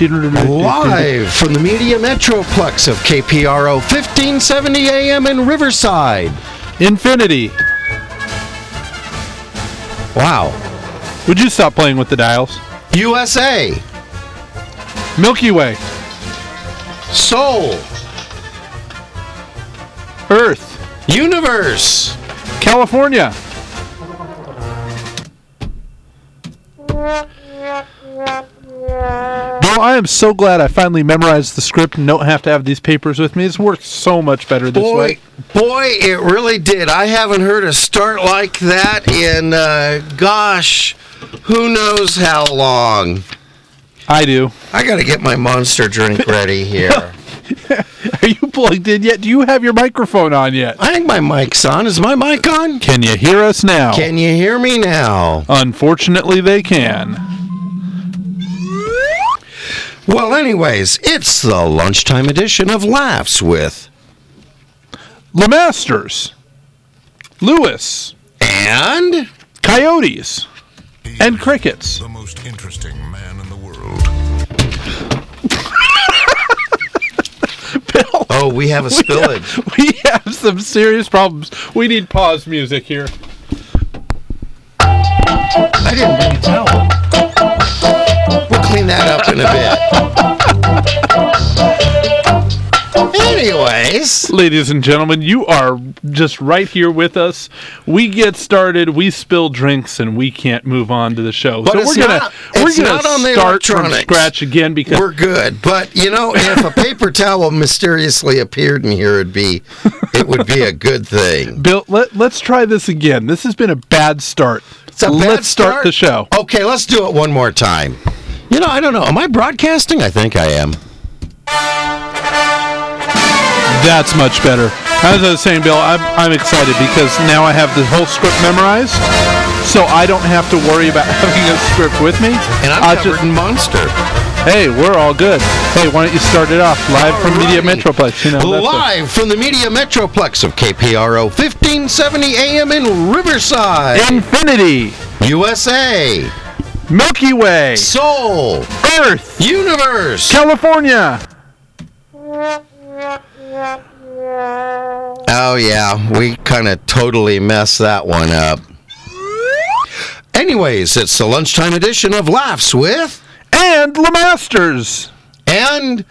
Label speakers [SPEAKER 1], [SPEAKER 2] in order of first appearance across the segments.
[SPEAKER 1] Live from the Media Metroplex of KPRO 1570 AM in Riverside.
[SPEAKER 2] Infinity.
[SPEAKER 1] Wow.
[SPEAKER 2] Would you stop playing with the dials?
[SPEAKER 1] USA.
[SPEAKER 2] Milky Way.
[SPEAKER 1] Soul.
[SPEAKER 2] Earth.
[SPEAKER 1] Universe.
[SPEAKER 2] California. Bro, I am so glad I finally memorized the script and don't have to have these papers with me. It's worked so much better this
[SPEAKER 1] Boy,
[SPEAKER 2] way.
[SPEAKER 1] boy, it really did. I haven't heard a start like that in, uh, gosh, who knows how long.
[SPEAKER 2] I do.
[SPEAKER 1] I gotta get my monster drink ready here.
[SPEAKER 2] Are you plugged in yet? Do you have your microphone on yet?
[SPEAKER 1] I think my mic's on. Is my mic on?
[SPEAKER 2] Can you hear us now?
[SPEAKER 1] Can you hear me now?
[SPEAKER 2] Unfortunately, they can.
[SPEAKER 1] Well, anyways, it's the lunchtime edition of Laughs with
[SPEAKER 2] Lemasters. Lewis.
[SPEAKER 1] and
[SPEAKER 2] Coyotes. And crickets.
[SPEAKER 3] The most interesting man in the world.
[SPEAKER 2] Bill.
[SPEAKER 1] Oh, we have a spillage.
[SPEAKER 2] We have some serious problems. We need pause music here.
[SPEAKER 1] I didn't bring a towel. We'll clean that up in a bit. Anyways,
[SPEAKER 2] Ladies and gentlemen, you are just right here with us. We get started, we spill drinks, and we can't move on to the show.
[SPEAKER 1] But
[SPEAKER 2] so
[SPEAKER 1] it's
[SPEAKER 2] we're gonna
[SPEAKER 1] not-
[SPEAKER 2] we're
[SPEAKER 1] it's
[SPEAKER 2] gonna
[SPEAKER 1] not on the
[SPEAKER 2] start from
[SPEAKER 1] electronics.
[SPEAKER 2] scratch again because
[SPEAKER 1] we're good. But you know, if a paper towel mysteriously appeared in here, it'd be it would be a good thing.
[SPEAKER 2] Bill, let, let's try this again. This has been a bad start.
[SPEAKER 1] It's a bad
[SPEAKER 2] let's start the show.
[SPEAKER 1] Okay, let's do it one more time. You know, I don't know. Am I broadcasting? I think I am.
[SPEAKER 2] That's much better. As I was saying, Bill, I'm, I'm excited because now I have the whole script memorized, so I don't have to worry about having a script with me.
[SPEAKER 1] And I'm
[SPEAKER 2] I
[SPEAKER 1] covered
[SPEAKER 2] just-
[SPEAKER 1] in monster.
[SPEAKER 2] Hey, we're all good. Hey, why don't you start it off live from Media
[SPEAKER 1] Alrighty.
[SPEAKER 2] Metroplex? You know, that's a-
[SPEAKER 1] Live from the Media Metroplex of KPRO 1570 AM in Riverside,
[SPEAKER 2] Infinity,
[SPEAKER 1] USA.
[SPEAKER 2] Milky Way,
[SPEAKER 1] Soul,
[SPEAKER 2] Earth,
[SPEAKER 1] Universe.
[SPEAKER 2] California.
[SPEAKER 1] Oh, yeah, we kind of totally messed that one up. Anyways, it's the lunchtime edition of Laughs with
[SPEAKER 2] And Lemasters.
[SPEAKER 1] and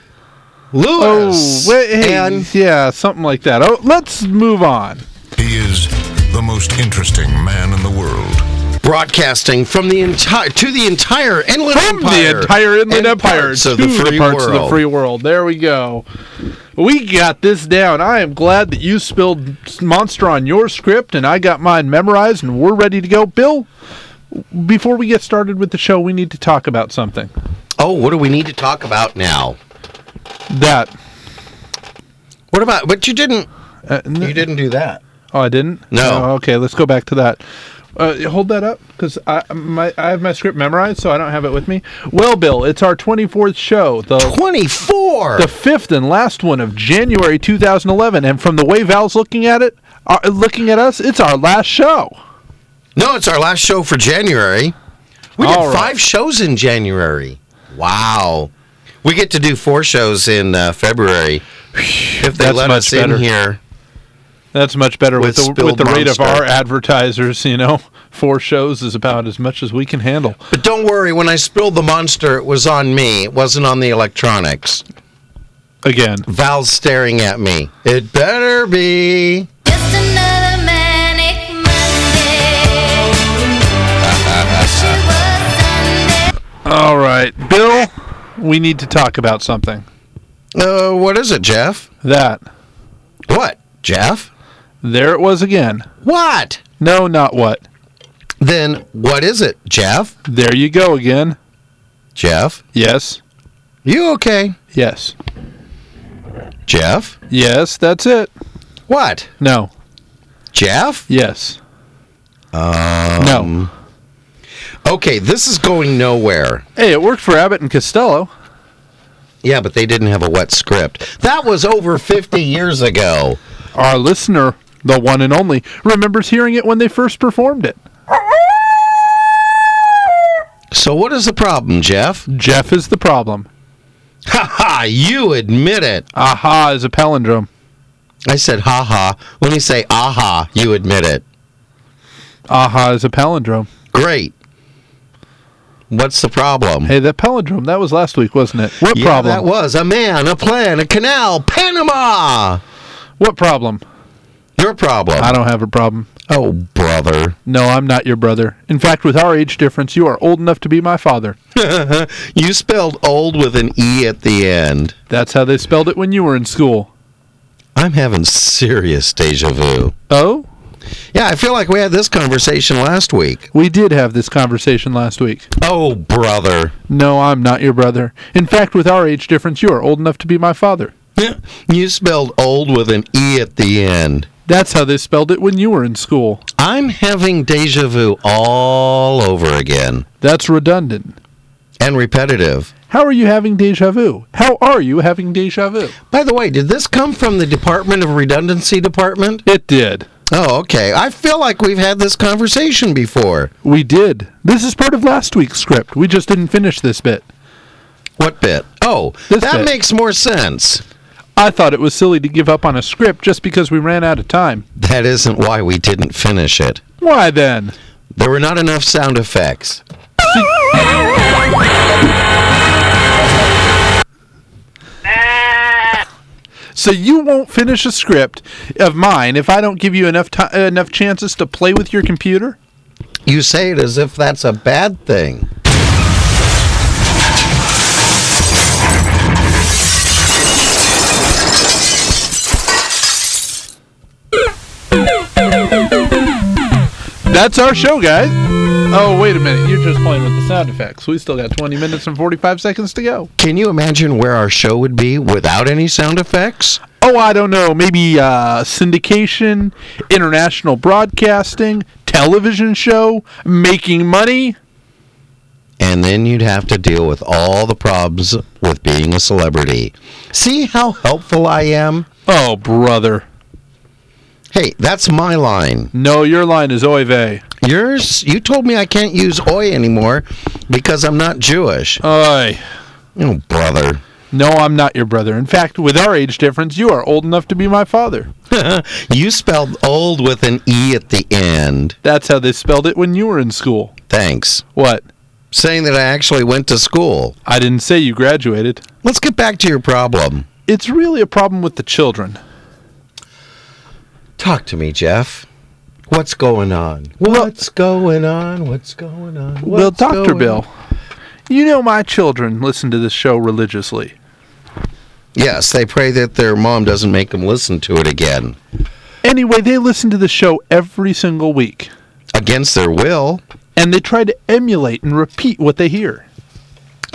[SPEAKER 2] Oh,
[SPEAKER 1] Lewis.
[SPEAKER 2] wait, hey,
[SPEAKER 1] And
[SPEAKER 2] yeah, something like that. Oh, let's move on.
[SPEAKER 3] He is the most interesting man in the world.
[SPEAKER 1] broadcasting from the entire to the entire Inland
[SPEAKER 2] From
[SPEAKER 1] Empire.
[SPEAKER 2] the entire Inland
[SPEAKER 1] and
[SPEAKER 2] Empire
[SPEAKER 1] parts
[SPEAKER 2] to
[SPEAKER 1] of the free
[SPEAKER 2] parts
[SPEAKER 1] world.
[SPEAKER 2] of the free world. There we go. We got this down. I am glad that you spilled monster on your script, and I got mine memorized, and we're ready to go. Bill, before we get started with the show, we need to talk about something.
[SPEAKER 1] Oh, what do we need to talk about now?
[SPEAKER 2] That
[SPEAKER 1] What about? But you didn't.
[SPEAKER 2] uh, n-
[SPEAKER 1] You didn't do that.
[SPEAKER 2] Oh, I didn't.
[SPEAKER 1] No.
[SPEAKER 2] Oh, okay, let's go back to that. Uh, hold that up because I my I have my script memorized, so I don't have it with me. Well, Bill, it's our twenty fourth show, the
[SPEAKER 1] Twenty-four.
[SPEAKER 2] the fifth and last one of January two thousand eleven, and from the way Val's looking at it, uh, looking at us, it's our last show.
[SPEAKER 1] no, it's our last show for January. We did
[SPEAKER 2] All right.
[SPEAKER 1] five shows in January. Wow. We get to do four shows in uh, February if they
[SPEAKER 2] That's
[SPEAKER 1] let
[SPEAKER 2] much
[SPEAKER 1] us
[SPEAKER 2] better.
[SPEAKER 1] in here.
[SPEAKER 2] That's much better with,
[SPEAKER 1] With
[SPEAKER 2] the with
[SPEAKER 1] Spilled
[SPEAKER 2] the rate of
[SPEAKER 1] Monster.
[SPEAKER 2] our advertisers. You know, four shows is about as much as we can handle.
[SPEAKER 1] But don't worry, when I spilled the monster, it was on me. It wasn't on the electronics.
[SPEAKER 2] Again,
[SPEAKER 1] Val's staring at me. It better be.
[SPEAKER 4] Just another manic Monday. Wish it was Sunday.
[SPEAKER 2] all right, Bill, we need to talk about something.
[SPEAKER 1] Uh, what is it, Jeff?
[SPEAKER 2] That
[SPEAKER 1] What, Jeff?
[SPEAKER 2] there it was again.
[SPEAKER 1] What?
[SPEAKER 2] No, not what.
[SPEAKER 1] Then what is it, Jeff?
[SPEAKER 2] There you go again.
[SPEAKER 1] Jeff?
[SPEAKER 2] Yes.
[SPEAKER 1] You okay?
[SPEAKER 2] Yes.
[SPEAKER 1] Jeff?
[SPEAKER 2] Yes, that's it.
[SPEAKER 1] What?
[SPEAKER 2] No.
[SPEAKER 1] Jeff?
[SPEAKER 2] Yes. no.
[SPEAKER 1] Okay, this is going nowhere.
[SPEAKER 2] Hey, it worked for Abbott and Costello.
[SPEAKER 1] Yeah, but they didn't have a wet script. That was over 50 years ago.
[SPEAKER 2] Our listener, the one and only, remembers hearing it when they first performed it.
[SPEAKER 1] So what is the problem, Jeff?
[SPEAKER 2] Jeff is the problem.
[SPEAKER 1] Ha ha! You admit it.
[SPEAKER 2] Aha is a palindrome.
[SPEAKER 1] I said ha ha. When you say aha, you admit it.
[SPEAKER 2] Aha is a palindrome.
[SPEAKER 1] Great. What's the problem?
[SPEAKER 2] Hey, that palindrome, that was last week, wasn't it? What
[SPEAKER 1] yeah,
[SPEAKER 2] problem?
[SPEAKER 1] that was a man, a plan, a canal, Panama.
[SPEAKER 2] what problem?
[SPEAKER 1] Your problem.
[SPEAKER 2] I don't have a problem.
[SPEAKER 1] oh, brother.
[SPEAKER 2] No, I'm not your brother. In fact, with our age difference, you are old enough to be my father.
[SPEAKER 1] You spelled old with an E at the end.
[SPEAKER 2] That's how they spelled it when you were in school.
[SPEAKER 1] I'm having serious deja vu.
[SPEAKER 2] Oh?
[SPEAKER 1] Yeah, I feel like we had this conversation last week.
[SPEAKER 2] We did have this conversation last week.
[SPEAKER 1] Oh, brother.
[SPEAKER 2] No, I'm not your brother. In fact, with our age difference, you are old enough to be my father.
[SPEAKER 1] You spelled old with an E at the end.
[SPEAKER 2] That's how they spelled it when you were in school.
[SPEAKER 1] I'm having deja vu all over again
[SPEAKER 2] That's redundant.
[SPEAKER 1] and repetitive.
[SPEAKER 2] How are you having deja vu? How are you having deja vu?
[SPEAKER 1] By the way, did this come from the Department of Redundancy Department?
[SPEAKER 2] It did.
[SPEAKER 1] Oh, okay. I feel like we've had this conversation before.
[SPEAKER 2] We did. This is part of last week's script. We just didn't finish this bit.
[SPEAKER 1] What bit? Oh,
[SPEAKER 2] This
[SPEAKER 1] that
[SPEAKER 2] bit.
[SPEAKER 1] makes more sense.
[SPEAKER 2] I thought it was silly to give up on a script just because we ran out of time.
[SPEAKER 1] That isn't why we didn't finish it.
[SPEAKER 2] Why then?
[SPEAKER 1] There were not enough sound effects.
[SPEAKER 2] So you won't finish a script of mine if I don't give you enough ti uh, enough chances to play with your computer?
[SPEAKER 1] You say it as if that's a bad thing.
[SPEAKER 2] That's our show, guys. Oh, wait a minute. You're just playing with the sound effects. We still got 20 minutes and 45 seconds to go.
[SPEAKER 1] Can you imagine where our show would be without any sound effects?
[SPEAKER 2] Oh, I don't know. Maybe uh, syndication, international broadcasting, television show, making money.
[SPEAKER 1] And then you'd have to deal with all the problems with being a celebrity. See how helpful I am?
[SPEAKER 2] Oh, brother.
[SPEAKER 1] Hey, that's my line.
[SPEAKER 2] No, your line is oy vey.
[SPEAKER 1] Yours, you told me I can't use oi anymore because I'm not Jewish.
[SPEAKER 2] Oy.
[SPEAKER 1] Oh, brother.
[SPEAKER 2] No, I'm not your brother. In fact, with our age difference, you are old enough to be my father.
[SPEAKER 1] You spelled old with an E at the end.
[SPEAKER 2] That's how they spelled it when you were in school.
[SPEAKER 1] Thanks.
[SPEAKER 2] What?
[SPEAKER 1] Saying that I actually went to school.
[SPEAKER 2] I didn't say you graduated.
[SPEAKER 1] Let's get back to your problem.
[SPEAKER 2] It's really a problem with the children.
[SPEAKER 1] Talk to me, Jeff. What's going on? What's going on? What's going on?
[SPEAKER 2] well,
[SPEAKER 1] What's
[SPEAKER 2] Dr.
[SPEAKER 1] going-
[SPEAKER 2] Bill, you know my children listen to this show religiously.
[SPEAKER 1] Yes, they pray that their mom doesn't make them listen to it again.
[SPEAKER 2] Anyway, they listen to the show every single week,
[SPEAKER 1] Against their will,
[SPEAKER 2] and they try to emulate and repeat what they hear.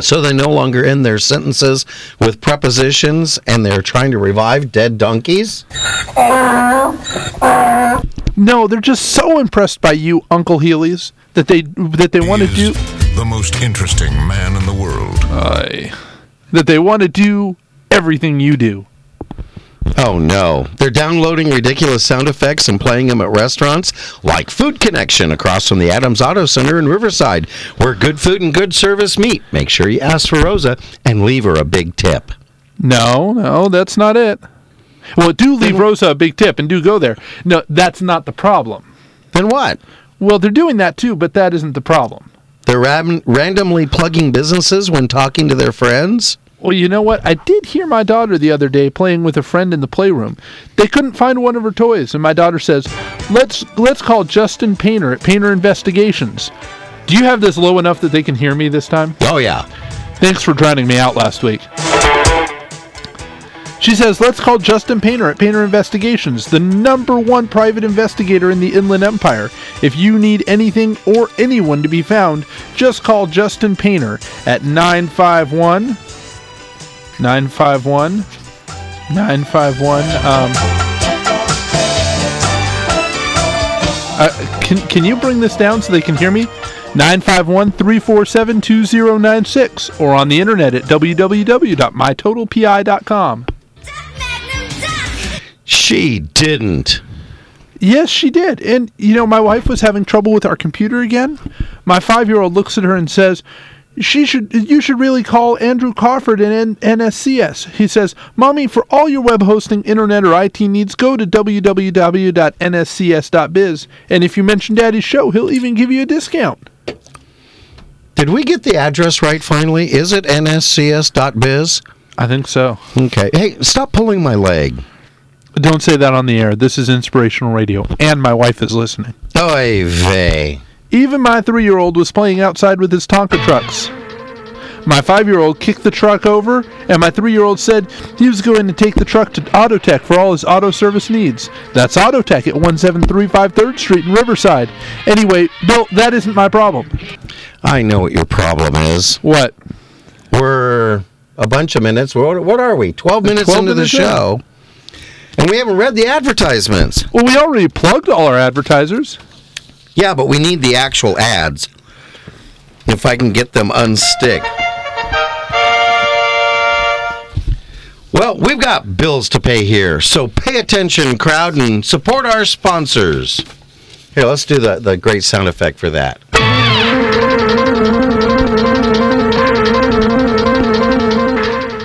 [SPEAKER 1] so they no longer end their sentences with prepositions and they're trying to revive dead donkeys?
[SPEAKER 2] No, they're just so impressed by you, Uncle Healy's, that they that they want to
[SPEAKER 3] Is
[SPEAKER 2] do
[SPEAKER 3] the most interesting man in the world.
[SPEAKER 2] that they want to do everything you do.
[SPEAKER 1] Oh no. They're downloading ridiculous sound effects and playing them at restaurants like Food Connection across from the Adams Auto Center in Riverside, where good food and good service meet. Make sure you ask for Rosa and leave her a big tip.
[SPEAKER 2] No, no, that's not it. Well, do leave Rosa a big tip and do go there. No, that's not the problem.
[SPEAKER 1] Then what?
[SPEAKER 2] Well, they're doing that too, but that isn't the problem.
[SPEAKER 1] They're ram- randomly plugging businesses when talking to their friends?
[SPEAKER 2] Well, you know what? I did hear my daughter the other day playing with a friend in the playroom. They couldn't find one of her toys, and my daughter says, "Let's let's call Justin Painter at Painter Investigations." Do you have this low enough that they can hear me this time?
[SPEAKER 1] Oh yeah.
[SPEAKER 2] Thanks for drowning me out last week. She says, let's call Justin Painter at Painter Investigations, the number one private investigator in the Inland Empire. If you need anything or anyone to be found, just call Justin Painter at 951 951 951. Um, uh, can, can you bring this down so they can hear me? 951 347 2096 or on the internet at www.mytotalpi.com.
[SPEAKER 1] She didn't.
[SPEAKER 2] Yes, she did. And you know, my wife was having trouble with our computer again, My five year old looks at her and says, she should. You should really call Andrew Crawford in N- NSCS. He says, "Mommy, for all your web hosting, internet, or IT needs, go to www.nscs.biz, and if you mention Daddy's show, he'll even give you a discount."
[SPEAKER 1] Did we get the address right finally? Is it nscs.biz?
[SPEAKER 2] I think so.
[SPEAKER 1] Okay. Hey, stop pulling my leg.
[SPEAKER 2] Don't say that on the air. This is inspirational radio, and my wife is listening.
[SPEAKER 1] Oy vey.
[SPEAKER 2] Even my three year old was playing outside with his Tonka trucks. My five year old kicked the truck over, and my three year old said he was going to take the truck to Autotech for all his auto service needs. That's Autotech at 17353rd Street in Riverside. Anyway, Bill, that isn't my problem.
[SPEAKER 1] I know what your problem is.
[SPEAKER 2] What?
[SPEAKER 1] We're a bunch of minutes. What, what are we? 12 minutes
[SPEAKER 2] 12
[SPEAKER 1] into
[SPEAKER 2] minutes
[SPEAKER 1] the
[SPEAKER 2] in.
[SPEAKER 1] show. And we haven't read the advertisements.
[SPEAKER 2] Well, we already plugged all our advertisers.
[SPEAKER 1] Yeah, but we need the actual ads. If I can get them unstick. Well, we've got bills to pay here, so pay attention, crowd, and support our sponsors. Here, let's do the, the great sound effect for that.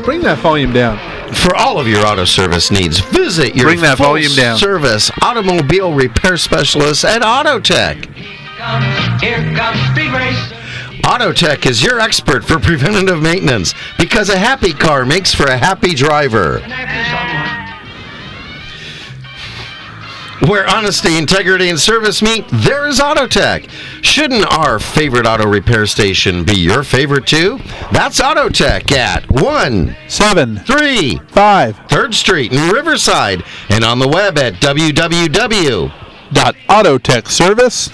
[SPEAKER 2] Bring that volume down.
[SPEAKER 1] For all of your auto service needs, visit your
[SPEAKER 2] Bring that
[SPEAKER 1] full
[SPEAKER 2] volume down.
[SPEAKER 1] service automobile repair specialist at AutoTech.
[SPEAKER 5] Here comes Speed Racer.
[SPEAKER 1] AutoTech is your expert for preventative maintenance because a happy car makes for a happy driver. Where honesty, integrity, and service meet, there is AutoTech. Shouldn't our favorite auto repair station be your favorite too? That's AutoTech at 1
[SPEAKER 2] Seven,
[SPEAKER 1] 3
[SPEAKER 2] five,
[SPEAKER 1] 3rd Street in Riverside and on the web at www.autotechservice.net.
[SPEAKER 2] dot Autotech service.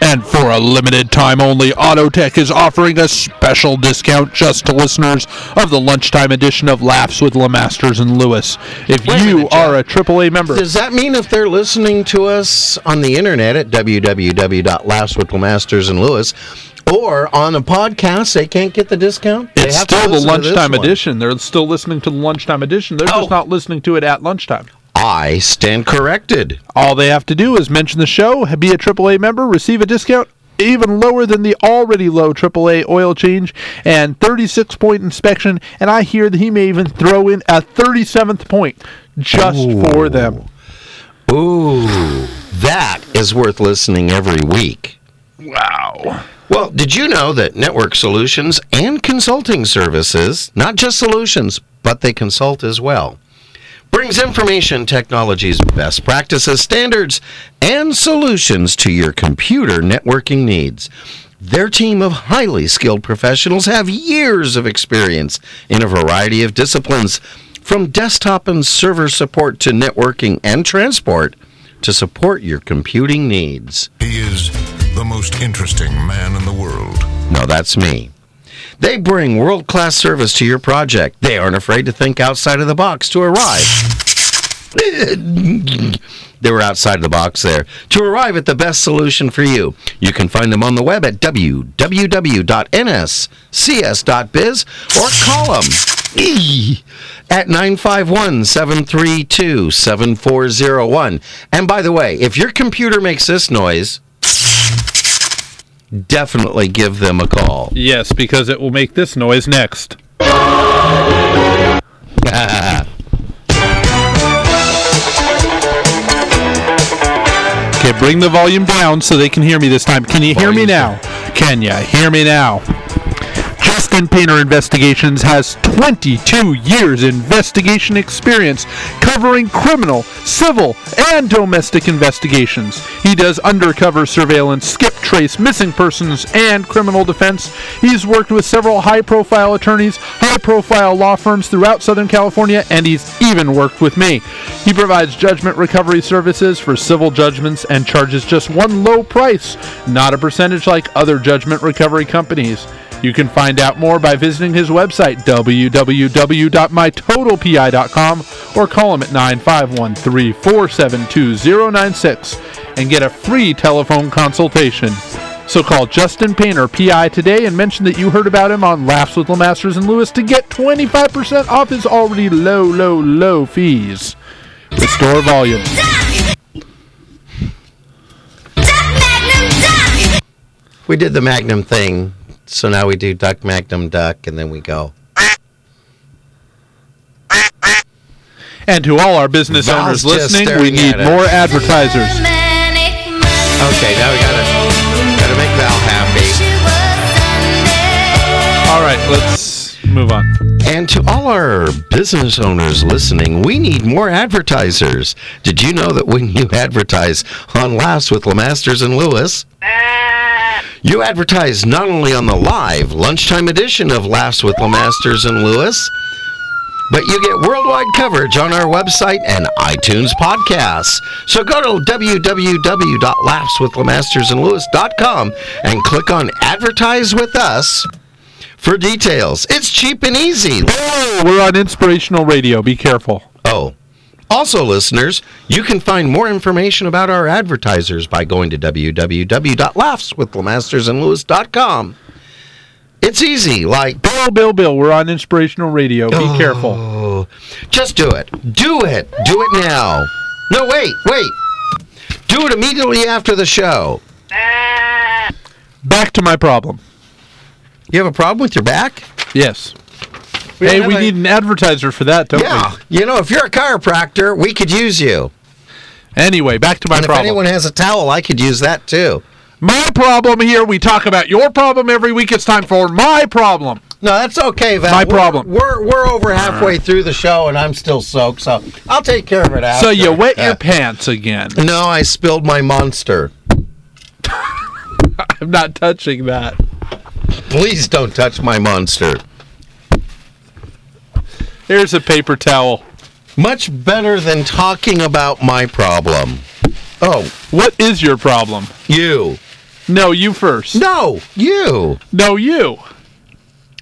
[SPEAKER 2] And for a limited time only, Autotech is offering a special discount just to listeners of the lunchtime edition of Laughs with Lemasters and Lewis. If
[SPEAKER 1] Wait a
[SPEAKER 2] you
[SPEAKER 1] minute,
[SPEAKER 2] are a AAA member,
[SPEAKER 1] Does that mean if they're listening to us on the internet at www.laughswithlemasters and Lewis or on a podcast, they can't get the discount? They
[SPEAKER 2] it's
[SPEAKER 1] have to
[SPEAKER 2] still the
[SPEAKER 1] listen to this
[SPEAKER 2] lunchtime
[SPEAKER 1] one.
[SPEAKER 2] edition. They're still listening to the lunchtime edition. They're
[SPEAKER 1] Oh.
[SPEAKER 2] just not listening to it at lunchtime.
[SPEAKER 1] I stand corrected.
[SPEAKER 2] All they have to do is mention the show, be a AAA member, receive a discount even lower than the already low AAA oil change and 36 point inspection. And I hear that he may even throw in a 37th point just for them.
[SPEAKER 1] Ooh, that is worth listening every week.
[SPEAKER 2] Wow.
[SPEAKER 1] Well, did you know that network solutions and consulting services, not just solutions, but they consult as well, brings information technology's best practices, standards, and solutions to your computer networking needs. Their team of highly skilled professionals have years of experience in a variety of disciplines, from desktop and server support to networking and transport to support your computing needs.
[SPEAKER 3] He is the most interesting man in the world.
[SPEAKER 1] No, that's me. They bring world class service to your project. They aren't afraid to think outside of the box to arrive. they were outside the box there to arrive at the best solution for you. You can find them on the web at www.nscs.biz or call them at 951 732 7401. And by the way, if your computer makes this noise, definitely give them a call.
[SPEAKER 2] Yes, because it will make this noise next. okay, bring the volume down so they can hear me this time. Can you hear me now? Can you hear me now? Justin Painter Investigations has 22 years investigation experience covering criminal, civil, and domestic investigations. He does undercover surveillance, skip trace, missing persons, and criminal defense. He's worked with several high profile attorneys, high profile law firms throughout Southern California, and he's even worked with me. He provides judgment recovery services for civil judgments and charges just one low price, not a percentage like other judgment recovery companies. You can find out more by visiting his website, www.mytotalpi.com, or call him at 951 347 2096 and get a free telephone consultation. So call Justin Painter, PI, today and mention that you heard about him on Laughs with Lemasters and Lewis to get 25% off his already low, low, low fees. Restore volume.
[SPEAKER 4] Duck Magnum Duck!
[SPEAKER 1] We did the Magnum thing, so now we do Duck Magnum Duck, and then we go.
[SPEAKER 2] And to all our business
[SPEAKER 1] Val's
[SPEAKER 2] owners
[SPEAKER 1] just
[SPEAKER 2] listening, we
[SPEAKER 1] staring
[SPEAKER 2] need
[SPEAKER 1] at it.
[SPEAKER 2] more advertisers.
[SPEAKER 4] Manic Monday.
[SPEAKER 1] Okay, now we gotta gotta make Val happy.
[SPEAKER 4] She was Sunday.
[SPEAKER 2] All right, let's move on.
[SPEAKER 1] And to all our business owners listening, we need more advertisers. Did you know that when you advertise on Last with Lemasters and Lewis, you advertise not only on the live lunchtime edition of Last with Lemasters and Lewis, but you get worldwide coverage on our website and iTunes podcasts. So go to www.laughswithlemastersandlewis.com and click on Advertise with Us for details. It's cheap and easy.
[SPEAKER 2] Oh, we're on inspirational radio. Be careful.
[SPEAKER 1] Oh. Also, listeners, you can find more information about our advertisers by going to www.laughswithlemastersandlewis.com. It's easy, like
[SPEAKER 2] Bill, Bill, Bill, we're on inspirational radio. Be
[SPEAKER 1] Oh.
[SPEAKER 2] careful.
[SPEAKER 1] just do it. Do it. Do it now. No, wait, wait. Do it immediately after the show.
[SPEAKER 2] Back to my problem.
[SPEAKER 1] You have a problem with your back?
[SPEAKER 2] Yes. hey,
[SPEAKER 1] don't
[SPEAKER 2] we
[SPEAKER 1] have
[SPEAKER 2] need an advertiser for that, don't
[SPEAKER 1] Yeah. You know, if you're a chiropractor, we could use you.
[SPEAKER 2] we? Anyway, back to my
[SPEAKER 1] and if
[SPEAKER 2] problem.
[SPEAKER 1] anyone has a towel, I could use that too.
[SPEAKER 2] My problem here. We talk about your problem every week. It's time for my problem.
[SPEAKER 1] No, that's okay, Val.
[SPEAKER 2] My
[SPEAKER 1] We're-
[SPEAKER 2] problem.
[SPEAKER 1] We're, we're over halfway through the show, and I'm still soaked, so I'll take care of it after.
[SPEAKER 2] So you wet
[SPEAKER 1] Uh,
[SPEAKER 2] your pants again.
[SPEAKER 1] No, I spilled my monster.
[SPEAKER 2] I'm not touching that.
[SPEAKER 1] Please don't touch my monster.
[SPEAKER 2] Here's a paper towel.
[SPEAKER 1] Much better than talking about my problem. Oh,
[SPEAKER 2] What is your problem?
[SPEAKER 1] you.
[SPEAKER 2] No, you first.
[SPEAKER 1] No, you.
[SPEAKER 2] No, you.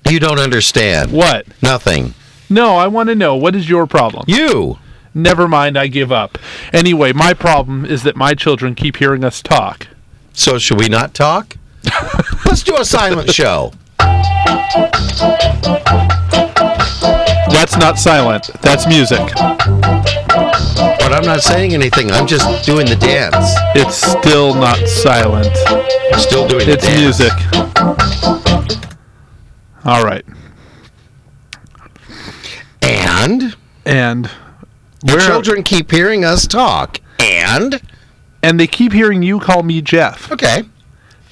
[SPEAKER 1] You don't understand.
[SPEAKER 2] What?
[SPEAKER 1] Nothing.
[SPEAKER 2] No, I want to know. What is your problem?
[SPEAKER 1] You.
[SPEAKER 2] Never mind, I give up. Anyway, my problem is that my children keep hearing us talk.
[SPEAKER 1] So should we not talk? Let's do a silent show.
[SPEAKER 2] That's not silent. That's music.
[SPEAKER 1] But I'm not saying anything. I'm just doing the dance.
[SPEAKER 2] It's still not silent.
[SPEAKER 1] I'm still doing
[SPEAKER 2] It's
[SPEAKER 1] the dance.
[SPEAKER 2] music. All right.
[SPEAKER 1] And
[SPEAKER 2] And
[SPEAKER 1] the
[SPEAKER 2] Where-
[SPEAKER 1] children keep hearing us talk. And
[SPEAKER 2] and they keep hearing you call me Jeff.
[SPEAKER 1] okay.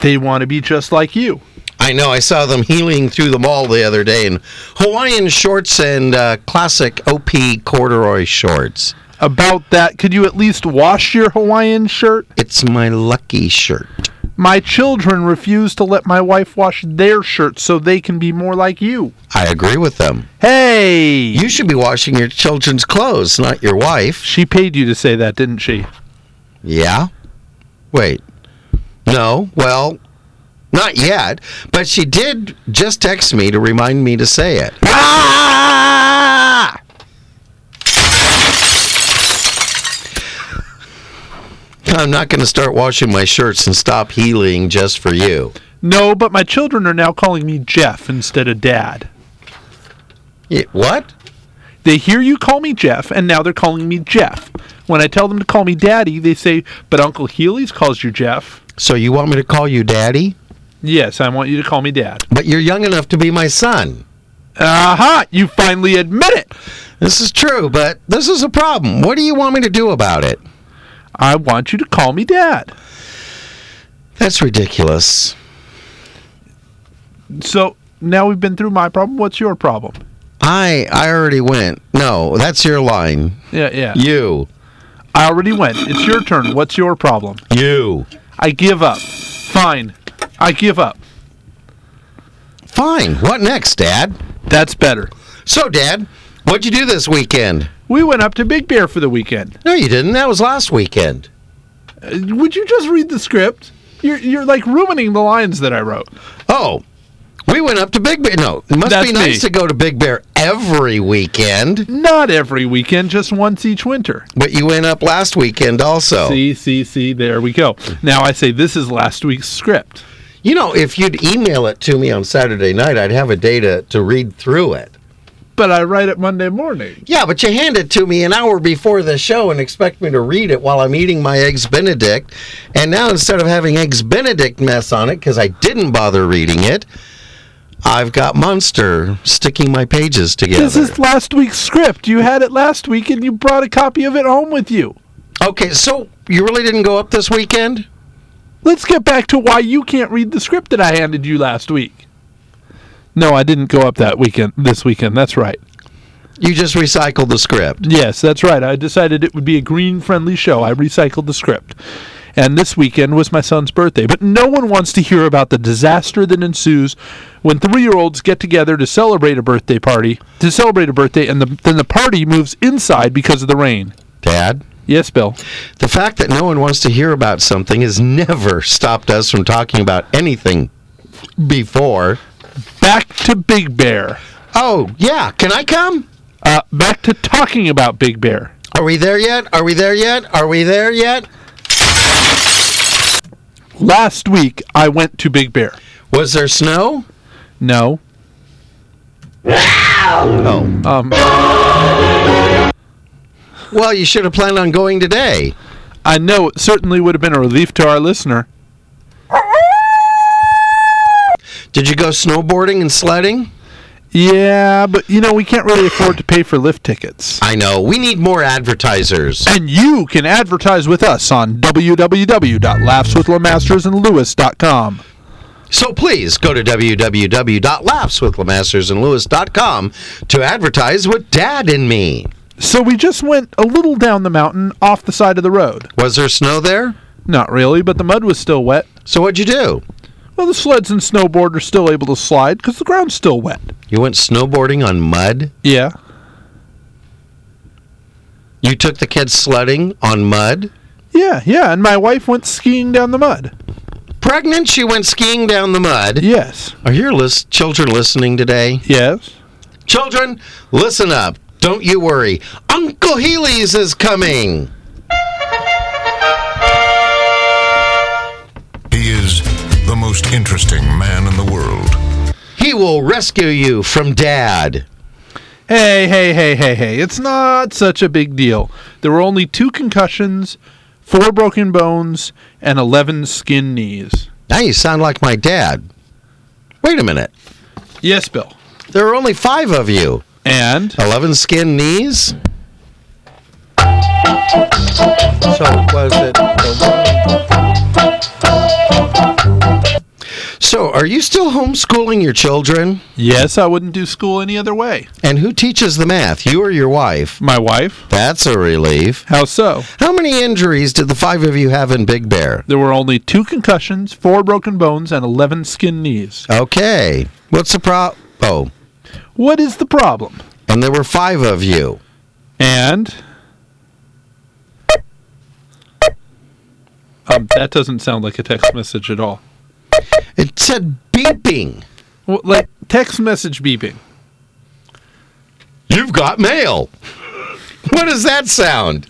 [SPEAKER 2] They want to be just like you.
[SPEAKER 1] I know. I saw them heeling through the mall the other day in Hawaiian shorts and uh, classic OP corduroy shorts.
[SPEAKER 2] About that, could you at least wash your Hawaiian shirt?
[SPEAKER 1] It's my lucky shirt.
[SPEAKER 2] My children refuse to let my wife wash their shirts so they can be more like you.
[SPEAKER 1] I agree with them.
[SPEAKER 2] Hey!
[SPEAKER 1] You should be washing your children's clothes, not your wife.
[SPEAKER 2] she paid you to say that, didn't she?
[SPEAKER 1] Yeah? Wait. No. Well, not yet. But she did just text me to remind me to say it. Ah! I'm not going to start washing my shirts and stop healing just for you.
[SPEAKER 2] No, but my children are now calling me Jeff instead of Dad.
[SPEAKER 1] Y- What?
[SPEAKER 2] They hear you call me Jeff, and now they're calling me Jeff. When I tell them to call me Daddy, they say, But Uncle Healy's calls you Jeff.
[SPEAKER 1] So you want me to call you daddy?
[SPEAKER 2] Yes, I want you to call me Dad.
[SPEAKER 1] But you're young enough to be my son.
[SPEAKER 2] Aha! You finally admit it!
[SPEAKER 1] This is true, but this is a problem. What do you want me to do about it?
[SPEAKER 2] I want you to call me Dad.
[SPEAKER 1] That's ridiculous.
[SPEAKER 2] So now we've been through my problem. What's your problem?
[SPEAKER 1] I I already went. No, that's your line.
[SPEAKER 2] Yeah, yeah.
[SPEAKER 1] You.
[SPEAKER 2] I already went. It's your turn. What's your problem?
[SPEAKER 1] You.
[SPEAKER 2] I give up. Fine. I give up.
[SPEAKER 1] Fine. What next, Dad?
[SPEAKER 2] That's better.
[SPEAKER 1] So, Dad, what'd you do this weekend?
[SPEAKER 2] We went up to Big Bear for the weekend.
[SPEAKER 1] No, you didn't. That was last weekend.
[SPEAKER 2] Uh, Would you just read the script? You're, you're like ruining the lines that I wrote.
[SPEAKER 1] Oh, we went up to Big Bear. No, it must
[SPEAKER 2] That's
[SPEAKER 1] be nice
[SPEAKER 2] me.
[SPEAKER 1] to go to Big Bear every weekend.
[SPEAKER 2] Not every weekend, just once each winter.
[SPEAKER 1] But you went up last weekend also.
[SPEAKER 2] See, see, see, there we go. Now I say this is last week's script.
[SPEAKER 1] You know, if you'd email it to me on Saturday night, I'd have a day to, to read through it.
[SPEAKER 2] but I write it Monday morning.
[SPEAKER 1] Yeah, but you hand it to me an hour before the show and expect me to read it while I'm eating my eggs Benedict. And now instead of having eggs Benedict mess on it because I didn't bother reading it, I've got Monster sticking my pages together.
[SPEAKER 2] This is last week's script. You had it last week, and you brought a copy of it home with you.
[SPEAKER 1] okay, so you really didn't go up this weekend?
[SPEAKER 2] Let's get back to why you can't read the script that I handed you last week. No, I didn't go up that weekend. This weekend, that's right.
[SPEAKER 1] You just recycled the script.
[SPEAKER 2] Yes, that's right. I decided it would be a green friendly show. I recycled the script. And this weekend was my son's birthday. But no one wants to hear about the disaster that ensues when three year olds get together to celebrate a birthday party, to celebrate a birthday, and the, then the party moves inside because of the rain.
[SPEAKER 1] Dad?
[SPEAKER 2] Yes, Bill.
[SPEAKER 1] The fact that no one wants to hear about something has never stopped us from talking about anything before.
[SPEAKER 2] Back to Big Bear.
[SPEAKER 1] Oh, yeah. Can I come?
[SPEAKER 2] Uh, back to talking about Big Bear.
[SPEAKER 1] Are we there yet? Are we there yet? Are we there yet?
[SPEAKER 2] Last week, I went to Big Bear.
[SPEAKER 1] Was there snow?
[SPEAKER 2] No.
[SPEAKER 1] Oh.
[SPEAKER 2] Um,
[SPEAKER 1] Well, you should have planned on going today.
[SPEAKER 2] I know it certainly would have been a relief to our listener.
[SPEAKER 1] Did you go snowboarding and sledding?
[SPEAKER 2] Yeah, but you know, we can't really afford to pay for lift tickets.
[SPEAKER 1] I know. We need more advertisers.
[SPEAKER 2] And you can advertise with us on www.laughswithlemastersandlewis.com.
[SPEAKER 1] So please go to www.laughswithlemastersandlewis.com to advertise with Dad and me.
[SPEAKER 2] So we just went a little down the mountain off the side of the road.
[SPEAKER 1] Was there snow there?
[SPEAKER 2] Not really, but the mud was still wet.
[SPEAKER 1] So what'd you do?
[SPEAKER 2] Well, the sleds and snowboard are still able to slide because the ground's still wet.
[SPEAKER 1] You went snowboarding on mud?
[SPEAKER 2] Yeah.
[SPEAKER 1] You took the kids sledding on mud?
[SPEAKER 2] Yeah, yeah, and my wife went skiing down the mud.
[SPEAKER 1] Pregnant, she went skiing down the mud.
[SPEAKER 2] Yes.
[SPEAKER 1] Are your list- children listening today?
[SPEAKER 2] Yes.
[SPEAKER 1] Children, listen up. Don't you worry. Uncle Healy's is coming.
[SPEAKER 3] He is the most interesting man in the world.
[SPEAKER 1] He will rescue you from dad.
[SPEAKER 2] Hey, hey, hey, hey, hey. It's not such a big deal. There were only two concussions, four broken bones, and 11 skin knees.
[SPEAKER 1] Now you sound like my dad. Wait a minute.
[SPEAKER 2] Yes, Bill.
[SPEAKER 1] There are only five of you.
[SPEAKER 2] And
[SPEAKER 1] 11 skin knees? So was it- So are you still homeschooling your children?
[SPEAKER 2] yes, I wouldn't do school any other way.
[SPEAKER 1] And who teaches the math? You or your wife?
[SPEAKER 2] My wife?
[SPEAKER 1] That's a relief.
[SPEAKER 2] How so?
[SPEAKER 1] How many injuries did the five of you have in Big Bear?
[SPEAKER 2] There were only two concussions, four broken bones, and 11 skin knees.
[SPEAKER 1] Okay. What's the pro? Oh,
[SPEAKER 2] What is the problem?
[SPEAKER 1] and there were five of you.
[SPEAKER 2] And. Um, that doesn't sound like a text message at all.
[SPEAKER 1] It said beeping.
[SPEAKER 2] Well, like text message beeping.
[SPEAKER 1] You've got mail. What does that sound?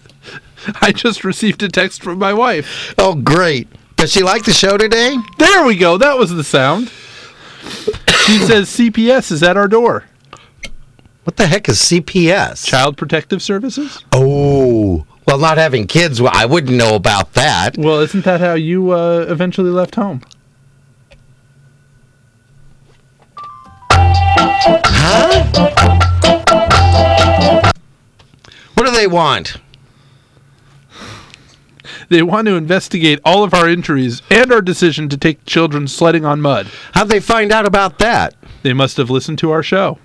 [SPEAKER 2] I just received a text from my wife.
[SPEAKER 1] Oh, great. Does she like the show today?
[SPEAKER 2] There we go. That was the sound. She says CPS is at our door.
[SPEAKER 1] What the heck is CPS?
[SPEAKER 2] Child Protective Services?
[SPEAKER 1] Oh, well, not having kids, well, I wouldn't know about that.
[SPEAKER 2] Well, isn't that how you uh, eventually left home?
[SPEAKER 1] What do they want?
[SPEAKER 2] They want to investigate all of our injuries and our decision to take children sledding on mud.
[SPEAKER 1] How'd they find out about that?
[SPEAKER 2] They must have listened to our show.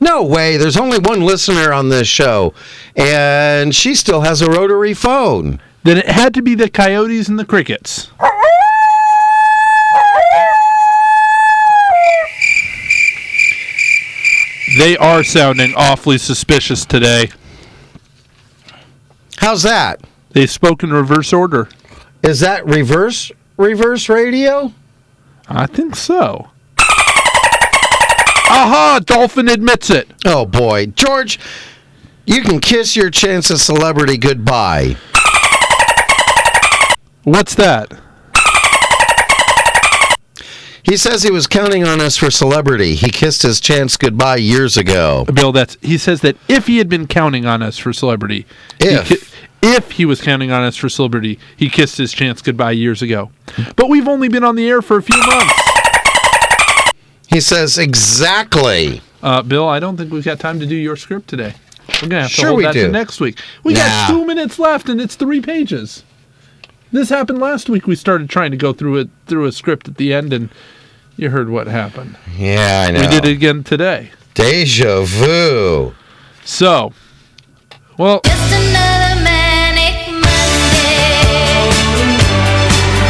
[SPEAKER 1] No way. There's only one listener on this show, and she still has a rotary phone.
[SPEAKER 2] Then it had to be the coyotes and the crickets. They are sounding awfully suspicious today.
[SPEAKER 1] How's that?
[SPEAKER 2] They spoke in reverse order.
[SPEAKER 1] Is that reverse reverse radio?
[SPEAKER 2] I think so. Aha! Dolphin admits it.
[SPEAKER 1] Oh boy, George, you can kiss your chance at celebrity goodbye.
[SPEAKER 2] What's that?
[SPEAKER 1] He says he was counting on us for celebrity. He kissed his chance goodbye years ago.
[SPEAKER 2] Bill, that's he says that if he had been counting on us for celebrity, he
[SPEAKER 1] If.
[SPEAKER 2] ki- if he was counting on us for celebrity, he kissed his chance goodbye years ago. But we've only been on the air for a few months.
[SPEAKER 1] He says exactly.
[SPEAKER 2] Uh, Bill, I don't think we've got time to do your script today. We're gonna have to
[SPEAKER 1] Sure
[SPEAKER 2] hold
[SPEAKER 1] we
[SPEAKER 2] that
[SPEAKER 1] do.
[SPEAKER 2] to next week. We
[SPEAKER 1] Nah.
[SPEAKER 2] got two minutes left, and it's three pages. This happened last week. We started trying to go through it through a script at the end, and you heard what happened.
[SPEAKER 1] Yeah, I know.
[SPEAKER 2] We did it again today.
[SPEAKER 1] Deja vu.
[SPEAKER 2] So, well,
[SPEAKER 4] Just another manic Monday.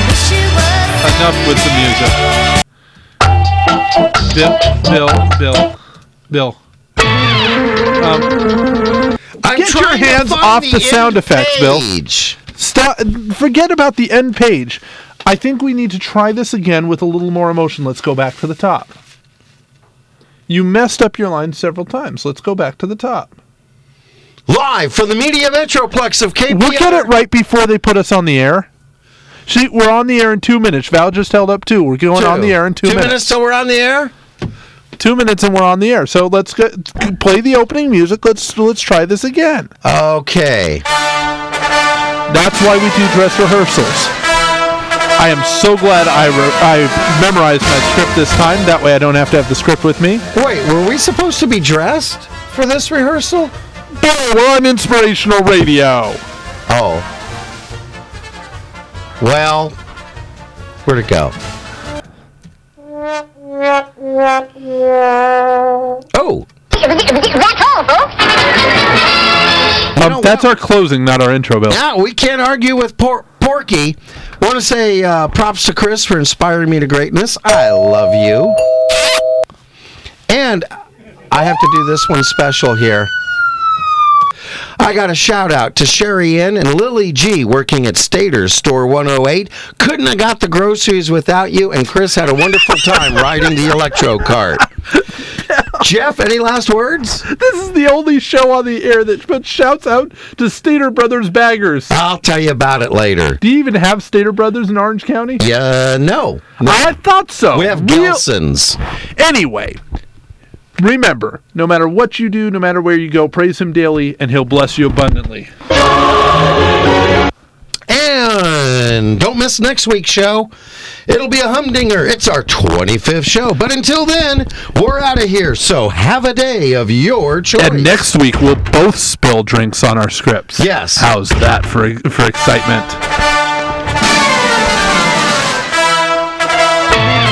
[SPEAKER 4] Wish it was
[SPEAKER 2] enough with the music. Bill, Bill, Bill, Bill.
[SPEAKER 1] I'm
[SPEAKER 2] Get your
[SPEAKER 1] trying to
[SPEAKER 2] hands
[SPEAKER 1] find
[SPEAKER 2] off the
[SPEAKER 1] end
[SPEAKER 2] sound effects, Bill.
[SPEAKER 1] page.
[SPEAKER 2] Stop. Forget about the end page. I think we need to try this again with a little more emotion. Let's go back to the top. You messed up your line several times. Let's go back to the top.
[SPEAKER 1] Live from the Media Metroplex of KPR.
[SPEAKER 2] Look at it right before they put us on the air. See, we're on the air in two minutes. Val just held up two. We're going on the air in two,
[SPEAKER 1] Two
[SPEAKER 2] minutes.
[SPEAKER 1] minutes till we're on the air?
[SPEAKER 2] Two minutes, and we're on the air. So let's go, play the opening music. Let's let's try this again.
[SPEAKER 1] Okay.
[SPEAKER 2] That's why we do dress rehearsals. I am so glad I re- I memorized my script this time. That way, I don't have to have the script with me.
[SPEAKER 1] Wait, were we supposed to be dressed for this rehearsal?
[SPEAKER 2] Boom! We're on inspirational radio.
[SPEAKER 1] Oh. Well, where'd it go? Oh.
[SPEAKER 6] That's all, folks.
[SPEAKER 2] Um,
[SPEAKER 1] know,
[SPEAKER 2] that's our closing, not our intro, Bill.
[SPEAKER 1] Now, Ah, we can't argue with por- Porky. Want to say uh, props to Chris for inspiring me to greatness. I love you. And I have to do this one special here. I got a shout out to Sherry Ann and Lily G working at Stater's Store 108. Couldn't have got the groceries without you, and Chris had a wonderful time riding the electro cart. Jeff, any last words?
[SPEAKER 2] This is the only show on the air that puts shouts out to Stater Brothers baggers.
[SPEAKER 1] I'll tell you about it later.
[SPEAKER 2] Do you even have Stater Brothers in Orange County?
[SPEAKER 1] Yeah, no. no.
[SPEAKER 2] I thought so.
[SPEAKER 1] We have
[SPEAKER 2] Real-
[SPEAKER 1] Gelson's.
[SPEAKER 2] Anyway, remember, no matter what you do, no matter where you go, praise him daily, and he'll bless you abundantly.
[SPEAKER 1] And don't miss next week's show. It'll be a humdinger. It's our 25th show. But until then, we're out of here. So have a day of your choice.
[SPEAKER 2] And next week we'll both spill drinks on our scripts.
[SPEAKER 1] Yes.
[SPEAKER 2] How's that for for excitement?